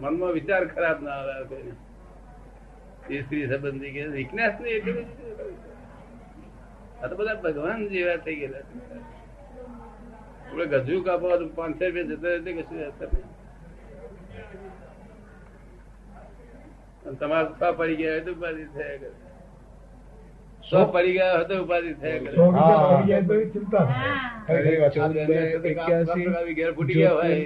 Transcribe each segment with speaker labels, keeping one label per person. Speaker 1: મનમાં વિચાર ખરાબ ના આવે કોઈને એ સ્ત્રી સંબંધી કે વિજ્ઞાસ ને એટલી બધી આ તો બધા ભગવાન જેવા થઈ ગયેલા આપણે ગજુ કાપવા તો પાંચસો રૂપિયા જતા રહેતે કશું અસર નહીં અને તમારા પપ્પા પડી ગયા હોય તો ઉપાધિ થયા કરે સો પડી ગયા હોય તો ઉપાધિ થયા કરે
Speaker 2: સો રૂપિયા આવી જાય તો એ ચિંતા
Speaker 1: ઘરે
Speaker 2: થાય.
Speaker 1: આપણે અંદર
Speaker 2: એક્યાસી.
Speaker 1: કપરા ઘેર ફૂટી ગયા હોય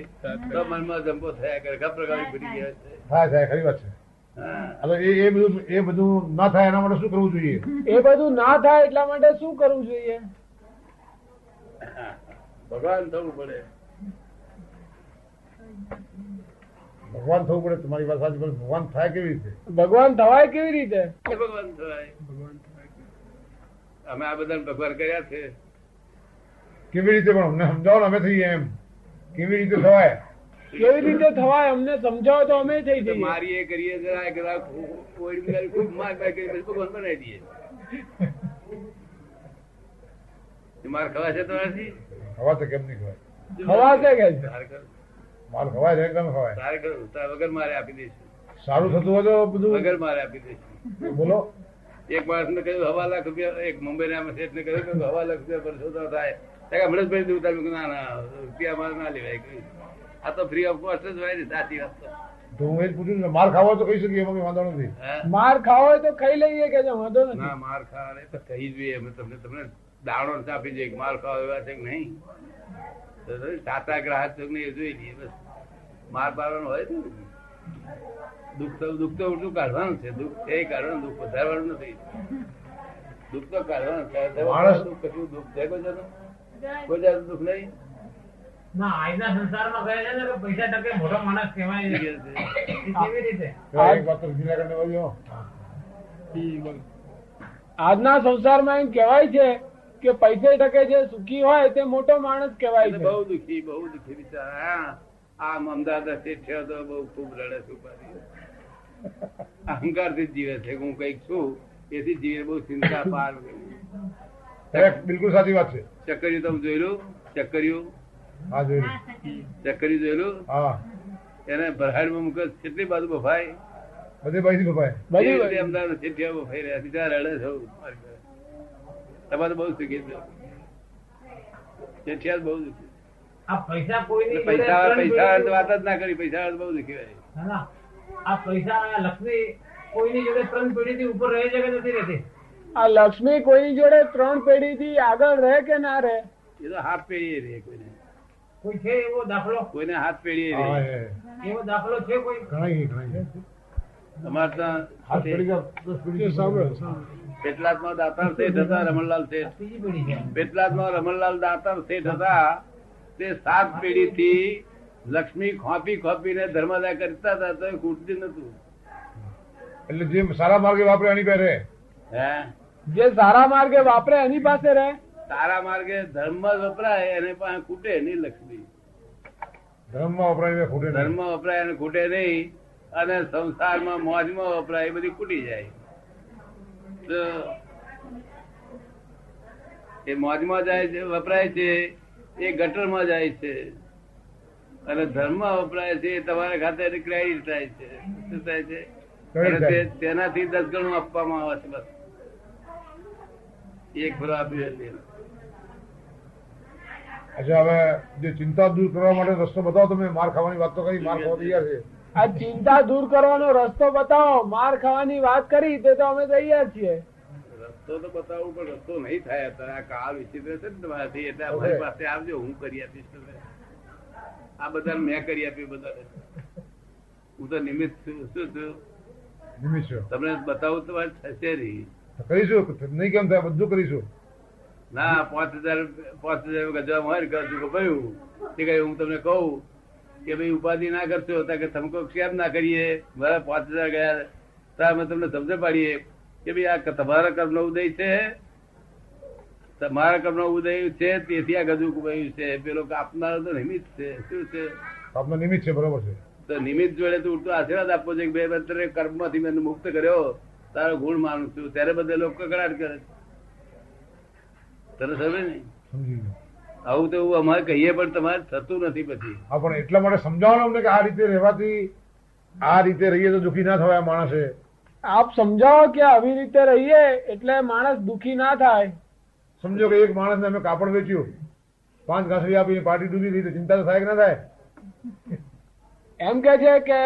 Speaker 1: તો મનમાં જંપો થયા કરે કપરા ફૂટી ગયા છે
Speaker 2: થાય થાય ખરી વાત છે
Speaker 1: હા
Speaker 2: હવે એ એ બધું એ બધું ના થાય એના માટે શું કરવું જોઈએ
Speaker 3: એ બધું ના થાય એટલા માટે શું કરવું જોઈએ
Speaker 1: ભગવાન થવું પડે
Speaker 2: ભગવાન થવું પડે તમારી વાત સાચી પણ ભગવાન થાય કેવી
Speaker 3: ભગવાન થવાય
Speaker 2: રીતે
Speaker 3: કેવી રીતે
Speaker 1: એ ભગવાન થવાય અમે આ બધાને ભગવાન કર્યા છે
Speaker 2: કેવી રીતે પણ અમને સમજાવો ને અમે થઈએ એમ કેવી રીતે થવાય
Speaker 3: કેવી રીતે થવાય અમને સમજાવો તો અમે
Speaker 1: તો
Speaker 3: થઈ જઈએ
Speaker 1: મારીએ કરીએ જરાય કદાચ કોઈ બિચારી ખૂબ માર માર કરી પછી ભગવાન બનાવી દઈએ એ માર ખવા છે તમારાથી
Speaker 2: ખવા તો કેમ નહીં ખવાય
Speaker 3: ખવાશે કે છે?
Speaker 1: તારે કર-
Speaker 2: માલ ખવાય તો કેમ ખવાય
Speaker 1: તારે કર- તારે વગર મારે આપી દઈશું
Speaker 2: સારું થતું હોય તો
Speaker 1: વગર
Speaker 2: બધું
Speaker 1: મારે આપી દઈશું
Speaker 2: બોલો
Speaker 1: એક માણસને કહ્યું હવા લાખ રૂપિયા એક મુંબઈના શેઠને કહ્યું કે હવા લાખ રૂપિયા પર સોદો થાય ત્યાં હમણાં જ ભાઈ ના ના રૂપિયા મારે ના લેવાય કહ્યું આ તો ફ્રી ઓફ કોસ્ટ જ હોય ને સાચી વાત તો
Speaker 2: તો હું એ જ પૂછું છું ને, માલ ખાવો તો કહી શકીએ એમાં કંઈ વાંધો નથી
Speaker 1: હા?
Speaker 3: માર ખાવો હોય તો ખાઈ લઈએ કે છે? વાંધો નથી
Speaker 1: ના માર ખાવા નહીં, તો કહી જોઈએ અમે તમને તમને દાણો જ આપી દઈએ કે માર ખાવા એવા છે કે નહીં તો તો સાચા ગ્રાહક છો કે નહીં એ જોઈ લઈએ બસ માર પાડવાનો હોય ને દુઃખ તો દુઃખ તો ઉલટું કાઢવાનું છે દુઃખ છે એ કાઢવાનું દુઃખ વધારવાનું નથી દુઃખ તો કાઢવાનું છે તો
Speaker 2: માણસ-
Speaker 1: દુઃખ કશું દુઃખ છે કોઈ જાતનું? કોઈ જાતનું દુઃખ નહીં
Speaker 4: ના આજના સંસારમાં કહે છે ને કે પૈસા ટકે મોટો માણસ કહેવાય છે. એ કેવી રીતે
Speaker 2: તો એક વાત તો વિના કરીને બોલજો.
Speaker 3: આજના સંસારમાં એમ કહેવાય છે કે પૈસે ટકે જે સુખી હોય તે મોટો માણસ કહેવાય
Speaker 1: એટલે
Speaker 3: છે
Speaker 1: બહુ દુઃખી બહુ દુઃખી બિચારા હા, આમ અમદાવાદ શેઠ છે તો બહુ ખૂબ રડે છે ઉપાધી. અહંકારથી જ જીવે છે કે હું કંઈક છું એથી જીવે બહુ ચિંતા પાર
Speaker 2: સાહેબ, બિલકુલ સાચી વાત છે
Speaker 1: ચકરિયું તમે જોયેલું ચકરિયું
Speaker 2: હા જોઈ લઉં.
Speaker 1: ચકરિયું જોયેલું
Speaker 2: હા
Speaker 1: એને ભરહાડમાં મૂકે કેટલી બાજુ બફાય
Speaker 2: બધી બાઈથી બપાય
Speaker 3: બધી
Speaker 1: એ રીતે
Speaker 3: બધી.
Speaker 1: અમદાવાદ શેઠિયા બફાઈ રહ્યા બિચારા રડે છે બહુ. તમારે બહુ સુખી છે શેઠિયા બહુ દુઃખી
Speaker 4: આ પૈસા કોઈની
Speaker 1: એટલે
Speaker 4: જોડે
Speaker 1: પૈસા પૈસા
Speaker 4: ત્રણ જોડે-
Speaker 1: વાત જ ના કરી પૈસા બહુ દુઃખી હોય
Speaker 4: ના, ના. આ પૈસા આ લક્ષ્મી કોઈની જોડે ત્રણ પેઢીથી ઉપર રહે છે કે નથી રહેતી
Speaker 3: આ લક્ષ્મી કોઈની જોડે ત્રણ પેઢીથી આગળ રહે કે ના રહે
Speaker 1: એ તો હાથ પેઢીએ રે કોઈને
Speaker 4: કોઈ છે એવો દાખલો
Speaker 1: કોઈને હાથ પેઢીએ
Speaker 2: હા
Speaker 1: રે
Speaker 2: એ.
Speaker 4: એવો દાખલો છે કોઈ
Speaker 2: ઘણાય ઘણાય
Speaker 1: અમારે ત્યાં
Speaker 2: હાથ પડી ગયા, દસ પડી ગયા.
Speaker 1: પેટલાદમાં દાતાર શેઠ હતા રમણલાલ શેઠ
Speaker 4: ત્રીજી પેઢી છે
Speaker 1: પેટલાદમાં રમણલાલ દાતાર શેઠ હતા તે સાત પેઢીથી લક્ષ્મી ખોપી ખોપીને ધર્મદા કરતા હતા તો એ ખૂટતી નતું
Speaker 2: એટલે જે સારા માર્ગે વાપરે એની પહેરે
Speaker 1: હે
Speaker 3: જે સારા માર્ગે વાપરે એની પાસે રહે
Speaker 1: તારા માર્ગે ધર્મ જ વપરાય એને પણ ખૂટે નહીં લક્ષ્મી
Speaker 2: ધર્મમાં વપરાય એ ખૂટે
Speaker 1: ધર્મ
Speaker 2: નહીં.
Speaker 1: વપરાય એને ખૂટે નહીં અને સંસારમાં મોજમાં વપરાય એ બધી ખૂટી જાય તો એ મોજમાં જાય છે વપરાય છે એ ગટરમાં જાય છે અને ધર્મમાં વપરાય છે એ તમારા ખાતે ક્રેડિટ થાય છે શું થાય છે અને
Speaker 2: Credit થાય.
Speaker 1: તે- તેનાથી દસ ગણું આપવામાં આવે છે બસ એક ભરો આપ્યું એટલે.
Speaker 2: અચ્છા હવે જે ચિંતા દૂર કરવા માટે રસ્તો બતાવો તમે માર ખાવાની વાત તો કરી માર ખાવા તૈયાર છે
Speaker 3: આ ચિંતા દૂર કરવાનો રસ્તો બતાવો માર ખાવાની વાત કરી તે તો અમે તૈયાર છીએ
Speaker 1: રસ્તો તો બતાવું પણ રસ્તો નહીં થાય અત્યારે આ કાળ વિચિત્ર છે ને તમારાથી એટલે અમારી
Speaker 2: ઓકે.
Speaker 1: પાસે આવજો હું કરી આપીશ તમને આ બધા મેં કરી આપ્યું બધાને હું તો નિમિત્ત છું શું છું
Speaker 2: નિમિત્ત છો.
Speaker 1: તમને બતાવું તો વાત થશે નહીં
Speaker 2: તો કરીશું નહીં કેમ થાય બધું કરીશું
Speaker 1: ના પાંચ હજાર પાંચ હજાર ગજવા હોય ને ગજુ ભયું તે કહ્યું હું તમને કહું કે ભાઈ ઉપાધિ ના કરશો તો કે તમકો કેમ ના કરીએ મારા પાંચ હજાર ગયા ત્યાં અમે તમને સમજ પાડીએ કે ભાઈ આ તમારા કર્મનો ઉદય છે તમારા કર્મનો ઉદય છે તેથી આ ગજુ કુબાયું છે પેલો આપનારો તો નિમિત્ત છે શું છે
Speaker 2: આપનો નિમિત્ત છે બરોબર છે
Speaker 1: તો નિમિત્ત જોડે તો ઉડતો આશીર્વાદ આપવો છે કે બે બંતરે કર્મમાંથી મેં મુક્ત કર્યો તારો ગુણ માનું છું ત્યારે બધા લોકો કકડાટ કરે છે તને સમજે નહીં
Speaker 2: સમજી ગયો
Speaker 1: આવું તો એવું અમારે કહીએ પણ તમારે થતું નથી પછી
Speaker 2: હા પણ એટલા માટે સમજાવવાનો અમને કે આ રીતે રહેવાથી આ રીતે રહીએ તો દુઃખી ના થવાય આ માણસે
Speaker 3: આપ સમજાવો કે આવી રીતે રહીએ એટલે માણસ દુખી ના થાય
Speaker 2: સમજો કે એક માણસને અમે કાપડ વેચ્યું પાંચ ઘાસડી આપી પાર્ટી ડૂબી ગઈ તો ચિંતા તો થાય કે ના થાય
Speaker 3: એમ કે છે કે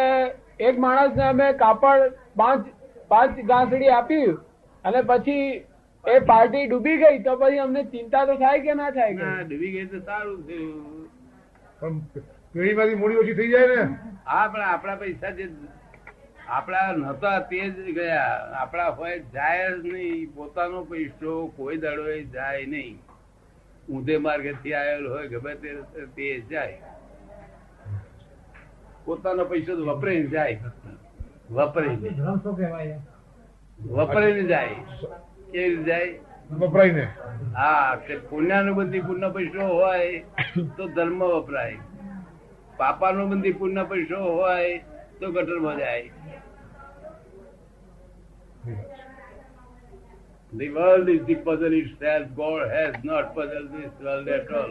Speaker 3: એક માણસને અમે કાપડ પાંચ પાંચ ગાંસડી આપી અને પછી એ પાર્ટી ડૂબી ગઈ તો પછી અમને ચિંતા તો થાય કે ના થાય કે
Speaker 1: ના ડૂબી ગઈ તો સારું થયું
Speaker 2: પણ પેઢીમાંથી મૂડી ઓછી થઈ જાય ને
Speaker 1: હા પણ આપણા પૈસા જે આપણા નહોતા તે જ ગયા આપણા હોય જાય જ નહીં પોતાનો પૈસો કોઈ દાડો એ જાય નહીં ઊંધે માર્ગે થી આવેલો હોય ગમે તે રસ્તે તે જાય પોતાનો પૈસો તો વપરાય ને જાય વપરાય ને.
Speaker 4: ભ્રમ શું કહેવાય
Speaker 1: વપરાય ને જાય કેવી રીતે જાય
Speaker 2: વપરાઈને
Speaker 1: હા કે પુણ્યાનુબંધી પુણ્ય પૈસો હોય તો ધર્મ વપરાય પાપાનુબંધી પુણ્ય પૈસો હોય તો ગટરમાં જાય The world is the puzzle itself. God has not puzzled this world at all.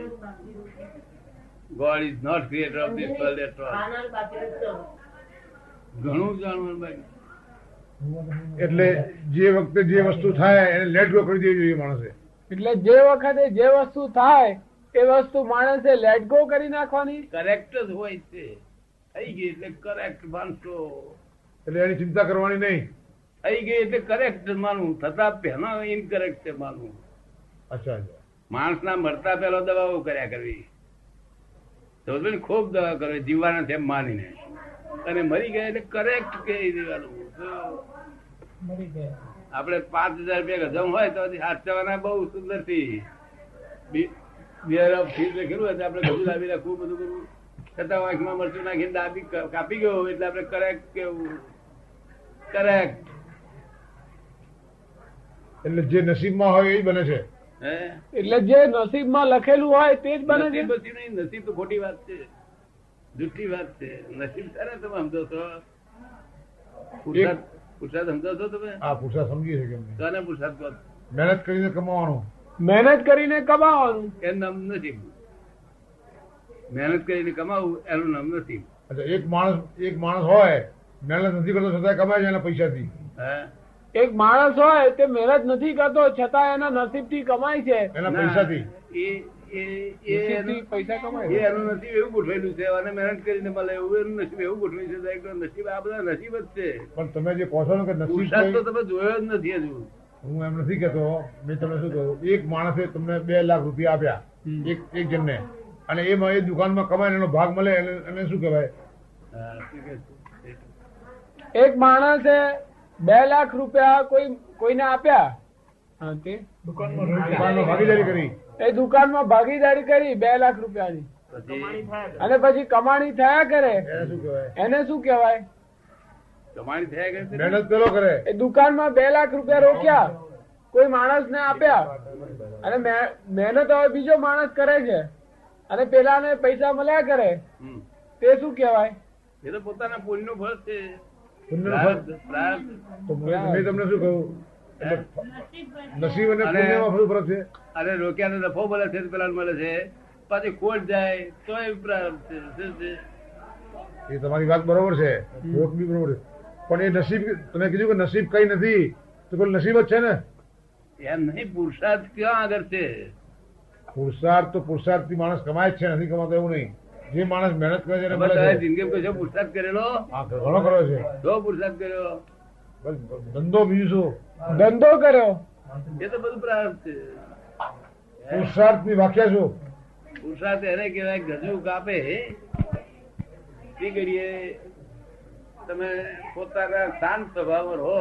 Speaker 1: God is not creator of this world at all. ઘણું જાણવાનું બાકી
Speaker 2: એટલે જે વખતે જે વસ્તુ થાય એને લેટ ગો કરી દેવી જોઈએ માણસે
Speaker 3: એટલે જે વખતે જે વસ્તુ થાય એ વસ્તુ માણસે લેટ ગો કરી નાખવાની
Speaker 1: કરેક્ટ જ હોય છે થઈ ગઈ એટલે કરેક્ટ માનશો
Speaker 2: એટલે એની ચિંતા કરવાની નહીં
Speaker 1: થઈ ગઈ એટલે કરેક્ટ માનવું થતાં પહેલા ઇનકરેક્ટ છે માનવું
Speaker 2: અચ્છા અચ્છા
Speaker 1: માણસના મરતા પહેલા દવાઓ કર્યા કરવી સમજો ને? ખૂબ દવા કરવી જીવવાના તેમ માનીને અને મરી ગયા એટલે કરેક્ટ કહી દેવાનું તો
Speaker 4: મરી ગયા
Speaker 1: આપણે પાંચ હજાર રૂપિયા ગજમ હોય તો હજી સાચવવાના બહુ સુંદર થી બિયર ઓફ ફીસ લખેલું હોય તો આપણે ગજુ દાબી રાખવું બધું કરવું છતાં આંખમાં મરચું નાખીને દાબી ક- કાપી ગયો હોય એટલે આપણે કરેક્ટ કેવું કરેક્ટ
Speaker 2: એટલે જે નસીબમાં હોય એ બને છે
Speaker 1: હે
Speaker 3: એટલે જે નસીબમાં લખેલું હોય તે જ બને છે
Speaker 1: નસીબ બસીબ નહીં નસીબ તો ખોટી વાત છે જુઠ્ઠી વાત છે નસીબ સારા તમે સમજો છો પુરસાદ પુરસાદ સમજો છો તમે
Speaker 2: આ પુરસાદ સમજી શકે એમને.
Speaker 1: કોને પુરસાદ કહો છો?
Speaker 2: મહેનત કરીને કમાવાનું
Speaker 3: મહેનત કરીને કમાવાનું
Speaker 1: એનું નામ નસીબ મહેનત કરીને કમાવું એનું નામ નસીબ
Speaker 2: અચ્છા એક માણસ એક માણસ હોય મહેનત નથી કરતો છતાં કમાય છે એના પૈસાથી
Speaker 1: હે?
Speaker 3: એક માણસ હોય તે મહેનત નથી કરતો છતાં એના નસીબથી કમાય છે
Speaker 2: એના
Speaker 1: ના,
Speaker 2: પૈસાથી
Speaker 1: એ- એ- એ
Speaker 3: નસીબથી
Speaker 1: એનું-
Speaker 3: પૈસા
Speaker 1: એ
Speaker 3: કમાય
Speaker 1: એનું નસીબ એવું ગોઠવેલું છે અને મહેનત કરીને મળે એવું એનું નસીબ એવું ગોઠવેલું છે સાહેબ, કે નસીબ આ બધા નસીબ જ છે
Speaker 2: પણ તમે જે કહો છો ને કે નસીબ
Speaker 1: પુરસાદ તો
Speaker 2: કોઈ-
Speaker 1: તમે જોયો જ નથી હજુ
Speaker 2: હું એમ નથી કહેતો મેં તમને શું કહ્યું એક માણસે તમને બે લાખ રૂપિયા આપ્યા એક એક જણને અને એમાં એ દુકાનમાં કમાય એનો ભાગ મળે એને એને શું કહેવાય
Speaker 1: હા, શું કહે છે?
Speaker 3: એક માણસે બે લાખ રૂપિયા કોઈ કોઈને આપ્યા હા, તે
Speaker 2: દુકાનમાં ભાગીદારી કરી
Speaker 3: એ દુકાનમાં ભાગીદારી કરી બે લાખ રૂપિયાની
Speaker 1: પછી
Speaker 3: અને પછી કમાણી થયા કરે
Speaker 2: એને શું કહેવાય
Speaker 3: એને શું કહેવાય
Speaker 1: કમાણી થયા કરે છે?
Speaker 2: મહેનત પેલો કરે
Speaker 3: એ દુકાનમાં બે લાખ રૂપિયા રોક્યા કોઈ માણસને આપ્યા અને મહે- મહેનત હવે બીજો માણસ કરે છે અને પેલાને પૈસા મળ્યા કરે
Speaker 1: હમ.
Speaker 3: તે શું કહેવાય
Speaker 1: એ તો પોતાના પુણ્યનું ફળ છે
Speaker 2: પુણ્યનું
Speaker 1: પ્રાર્થ,
Speaker 2: ફળ.
Speaker 1: પ્રાર્થ.
Speaker 2: તો મેં મેં તમને શું કહ્યું એટલે નસીબ અને
Speaker 1: અને-
Speaker 2: પુણ્યમાં શું ફરક છે
Speaker 1: અને રોક્યાનો નફો મળે છે પેલા મળે છે પછી ખોટ જાય તોય પ્રાર્થ છે. શું છે?
Speaker 2: એ તમારી વાત બરોબર છે ખોટ બી બરોબર છે પણ એ નસીબ તમે કીધું કે નસીબ કઈ નથી તો કોઈ નસીબ જ છે ને
Speaker 1: એમ નહીં પુરુષાર્થ ક્યાં આગળ છે
Speaker 2: પુરુષાર્થ તો પુરુષાર્થથી માણસ કમાય જ છે નથી કમાતો એવું નહીં જે માણસ મહેનત કરે છે એને
Speaker 1: તમે
Speaker 2: મળે
Speaker 1: તારે
Speaker 2: છે
Speaker 1: જિંદગીમાં કશો પુરુષાર્થ કરેલો
Speaker 2: હા ઘણો કરો છે
Speaker 1: જો પુરુષાર્થ કર્યો
Speaker 2: બસ ધંધો બીજું શું
Speaker 3: ધંધો કર્યો
Speaker 1: એ તો બધું પ્રાર્થ છે
Speaker 2: પુરુષાર્થની વ્યાખ્યા શું
Speaker 1: પુરુષાર્થ એને કહેવાય ગજુ કાપે તે ઘડીએ તમે પોતાના શાંત સ્વભાવ રહો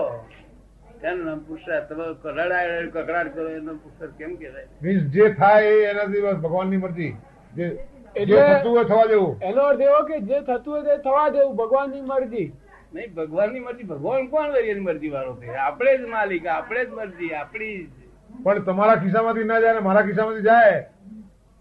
Speaker 1: એનું નામ પુરુષાર્થ તમે રડાય કકડાટ કરો એનો પુરુષાર્થ કેમ કહેવાય
Speaker 2: મીન્સ જે થાય એ એનાથી બસ ભગવાનની મરજી જે જે
Speaker 3: એટલે-
Speaker 2: થતું હોય થવા દેવું
Speaker 3: એનો અર્થ એવો કે જે થતું હોય તે થવા દેવું ભગવાનની મરજી
Speaker 1: નહીં ભગવાનની મરજી ભગવાન કોણ એની મરજી વાળો છે આપણે જ માલિક આપણે જ મરજી આપણી જ
Speaker 2: પણ તમારા ખિસ્સામાંથી ના જાય ને મારા ખિસ્સામાંથી જાય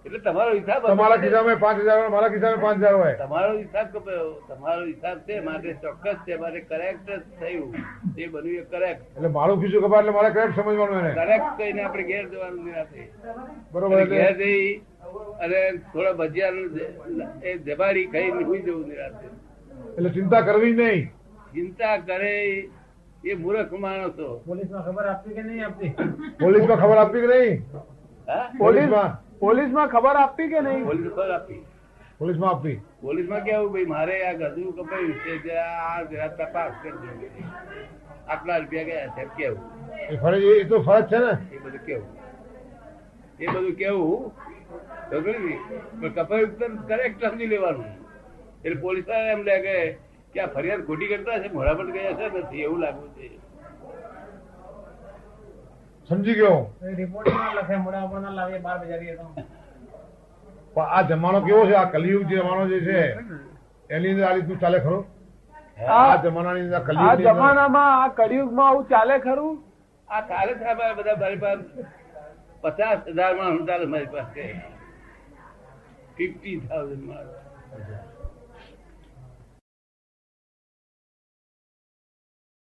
Speaker 1: એટલે તમારો હિસાબ
Speaker 2: તમારા
Speaker 1: અલગ છે.
Speaker 2: ખિસ્સામાં પાંચ હજાર હોય મારા ખિસ્સામાં પાંચ હજાર હોય
Speaker 1: તમારો હિસાબ કપાયો તમારો હિસાબ છે માટે ચોક્કસ છે મારે કરેક્ટ જ થયું જે બન્યું એ કરેક્ટ
Speaker 2: એટલે મારું ખિસ્સું કપાય એટલે મારે કરેક્ટ સમજવાનું એને
Speaker 1: કરેક્ટ કહીને આપણે ઘેર જવાનું નિરાતે
Speaker 2: બરોબર
Speaker 1: ઘેર
Speaker 2: એટલે
Speaker 1: જઈ અને થોડા ભજીયા એ દબાડી ખાઈને સુઈ જવું નિરાંતે.
Speaker 2: એટલે ચિંતા કરવી નહીં
Speaker 1: ચિંતા કરે એ મૂર્ખ માણસો
Speaker 4: પોલીસમાં ખબર આપતી કે નહીં આપતી
Speaker 2: પોલીસમાં ખબર આપી કે નહીં
Speaker 1: હા
Speaker 3: પોલીસ
Speaker 2: પોલીસમાં
Speaker 3: પોલીસમાં ખબર આપી કે નહીં
Speaker 1: પોલીસ પર આપી
Speaker 2: પોલીસમાં આપી
Speaker 1: પોલીસમાં કેવું ભાઈ મારે આ ગધું કપાયું છે જરા આ જરા તપાસ કરજો આટલા રૂપિયા ગયા છે કેવું
Speaker 2: એ ફરજ એ તો ફરજ છે ને
Speaker 1: એ બધું કેવું એ બધું કેવું તો ખરું ને? પણ કપાયું કરેક્ટ સમજી લેવાનું એટલે પોલીસ વાળા એમ લાગે કે આ ફરિયાદ ખોટી કરતા છે મોડાપટ ગયા છે નથી એવું લાગવું છે
Speaker 2: સમજી ગયો
Speaker 4: રિપોર્ટ ના લખે મોડા ઉપર ના લાવીએ બાર બજારીએ તો
Speaker 2: પણ આ જમાનો કેવો છે આ કલિયુગ જે જમાનો જે છે એની અંદર આ રીતનું ચાલે ખરો આ
Speaker 3: આ
Speaker 2: જમાનાની અંદર
Speaker 3: આ
Speaker 2: કલિયુગ
Speaker 3: જમાનામાં આ કળિયુગમાં આવું ચાલે ખરું
Speaker 1: આ કાલે જ અમારા બધા મારી પાસે પચાસ હજાર માં મારી પાસે ફિફ્ટી થાઉઝન્ડ માં